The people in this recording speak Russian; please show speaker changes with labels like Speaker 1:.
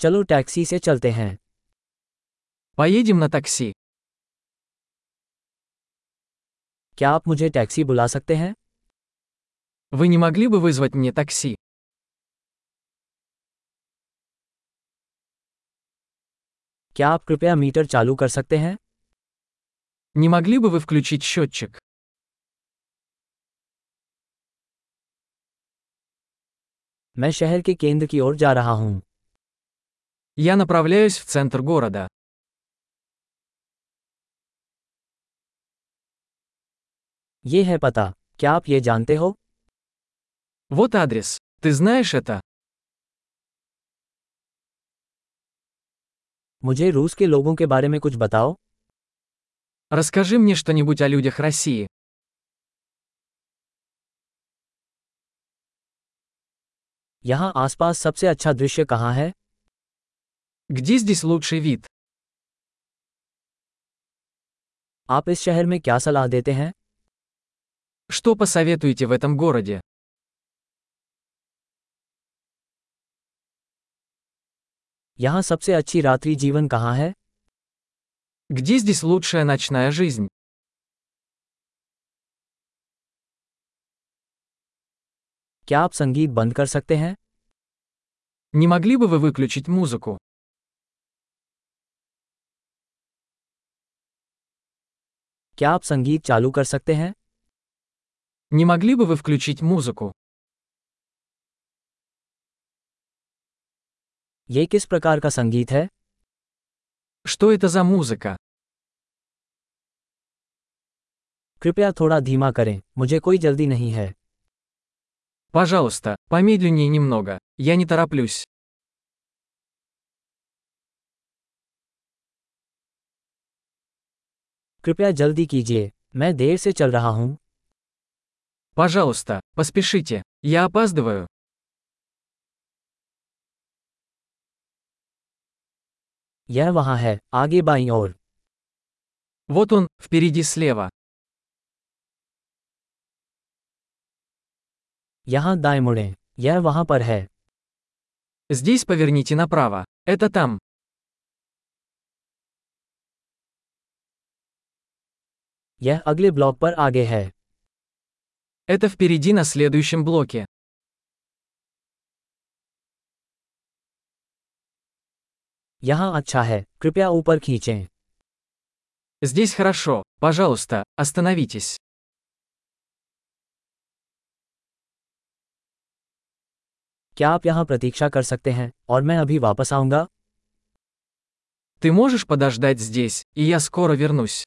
Speaker 1: चलो टैक्सी से चलते हैं
Speaker 2: Поедем на такси.
Speaker 1: क्या आप मुझे टैक्सी बुला सकते हैं
Speaker 2: Вы не могли бы вызвать мне такси?
Speaker 1: क्या आप कृपया मीटर चालू कर सकते हैं
Speaker 2: Не могли бы вы включить счетчик?
Speaker 1: मैं शहर के केंद्र की ओर जा रहा हूँ
Speaker 2: Я направляюсь в центр города.
Speaker 1: ये है पता क्या आप ये जानते हो
Speaker 2: Вот адрес. Ты знаешь это?
Speaker 1: मुझे रूस के लोगों के बारे में कुछ बताओ
Speaker 2: Расскажи мне что-нибудь о людях России.
Speaker 1: यहाँ आसपास सबसे अच्छा दृश्य कहाँ है
Speaker 2: Где здесь лучший вид?
Speaker 1: आप इस शहर में क्या सलाह देते हैं
Speaker 2: Что посоветуете в этом городе?
Speaker 1: यहाँ सबसे अच्छी रात्रि जीवन कहाँ है
Speaker 2: Где здесь лучшая ночная жизнь?
Speaker 1: क्या आप संगीत बंद कर सकते हैं
Speaker 2: Не могли бы вы выключить музыку?
Speaker 1: क्या आप संगीत चालू कर सकते हैं
Speaker 2: Не могли бы вы включить музыку?
Speaker 1: ये किस प्रकार का संगीत है
Speaker 2: Что это за музыка?
Speaker 1: कृपया थोड़ा धीमा करें मुझे कोई जल्दी नहीं है
Speaker 2: Пожалуйста, помедленнее немного. Я не тороплюсь.
Speaker 1: कृपया जल्दी कीजिए मैं देर से चल रहा हूँ
Speaker 2: Пожалуйста, поспешите. Я опаздываю.
Speaker 1: यह वहाँ है आगे बाईं ओर
Speaker 2: Вот он, впереди слева.
Speaker 1: यहाँ दाएं मुड़ें यह वहाँ पर है
Speaker 2: Здесь поверните направо. Это там.
Speaker 1: यह अगले ब्लॉक पर आगे है
Speaker 2: Это впереди на следующем блоке.
Speaker 1: यहाँ अच्छा है कृपया ऊपर खींचें
Speaker 2: Здесь хорошо. Пожалуйста, остановитесь.
Speaker 1: क्या आप यहाँ प्रतीक्षा कर सकते हैं और मैं अभी वापस आऊँगा
Speaker 2: Ты можешь подождать здесь, и я скоро вернусь.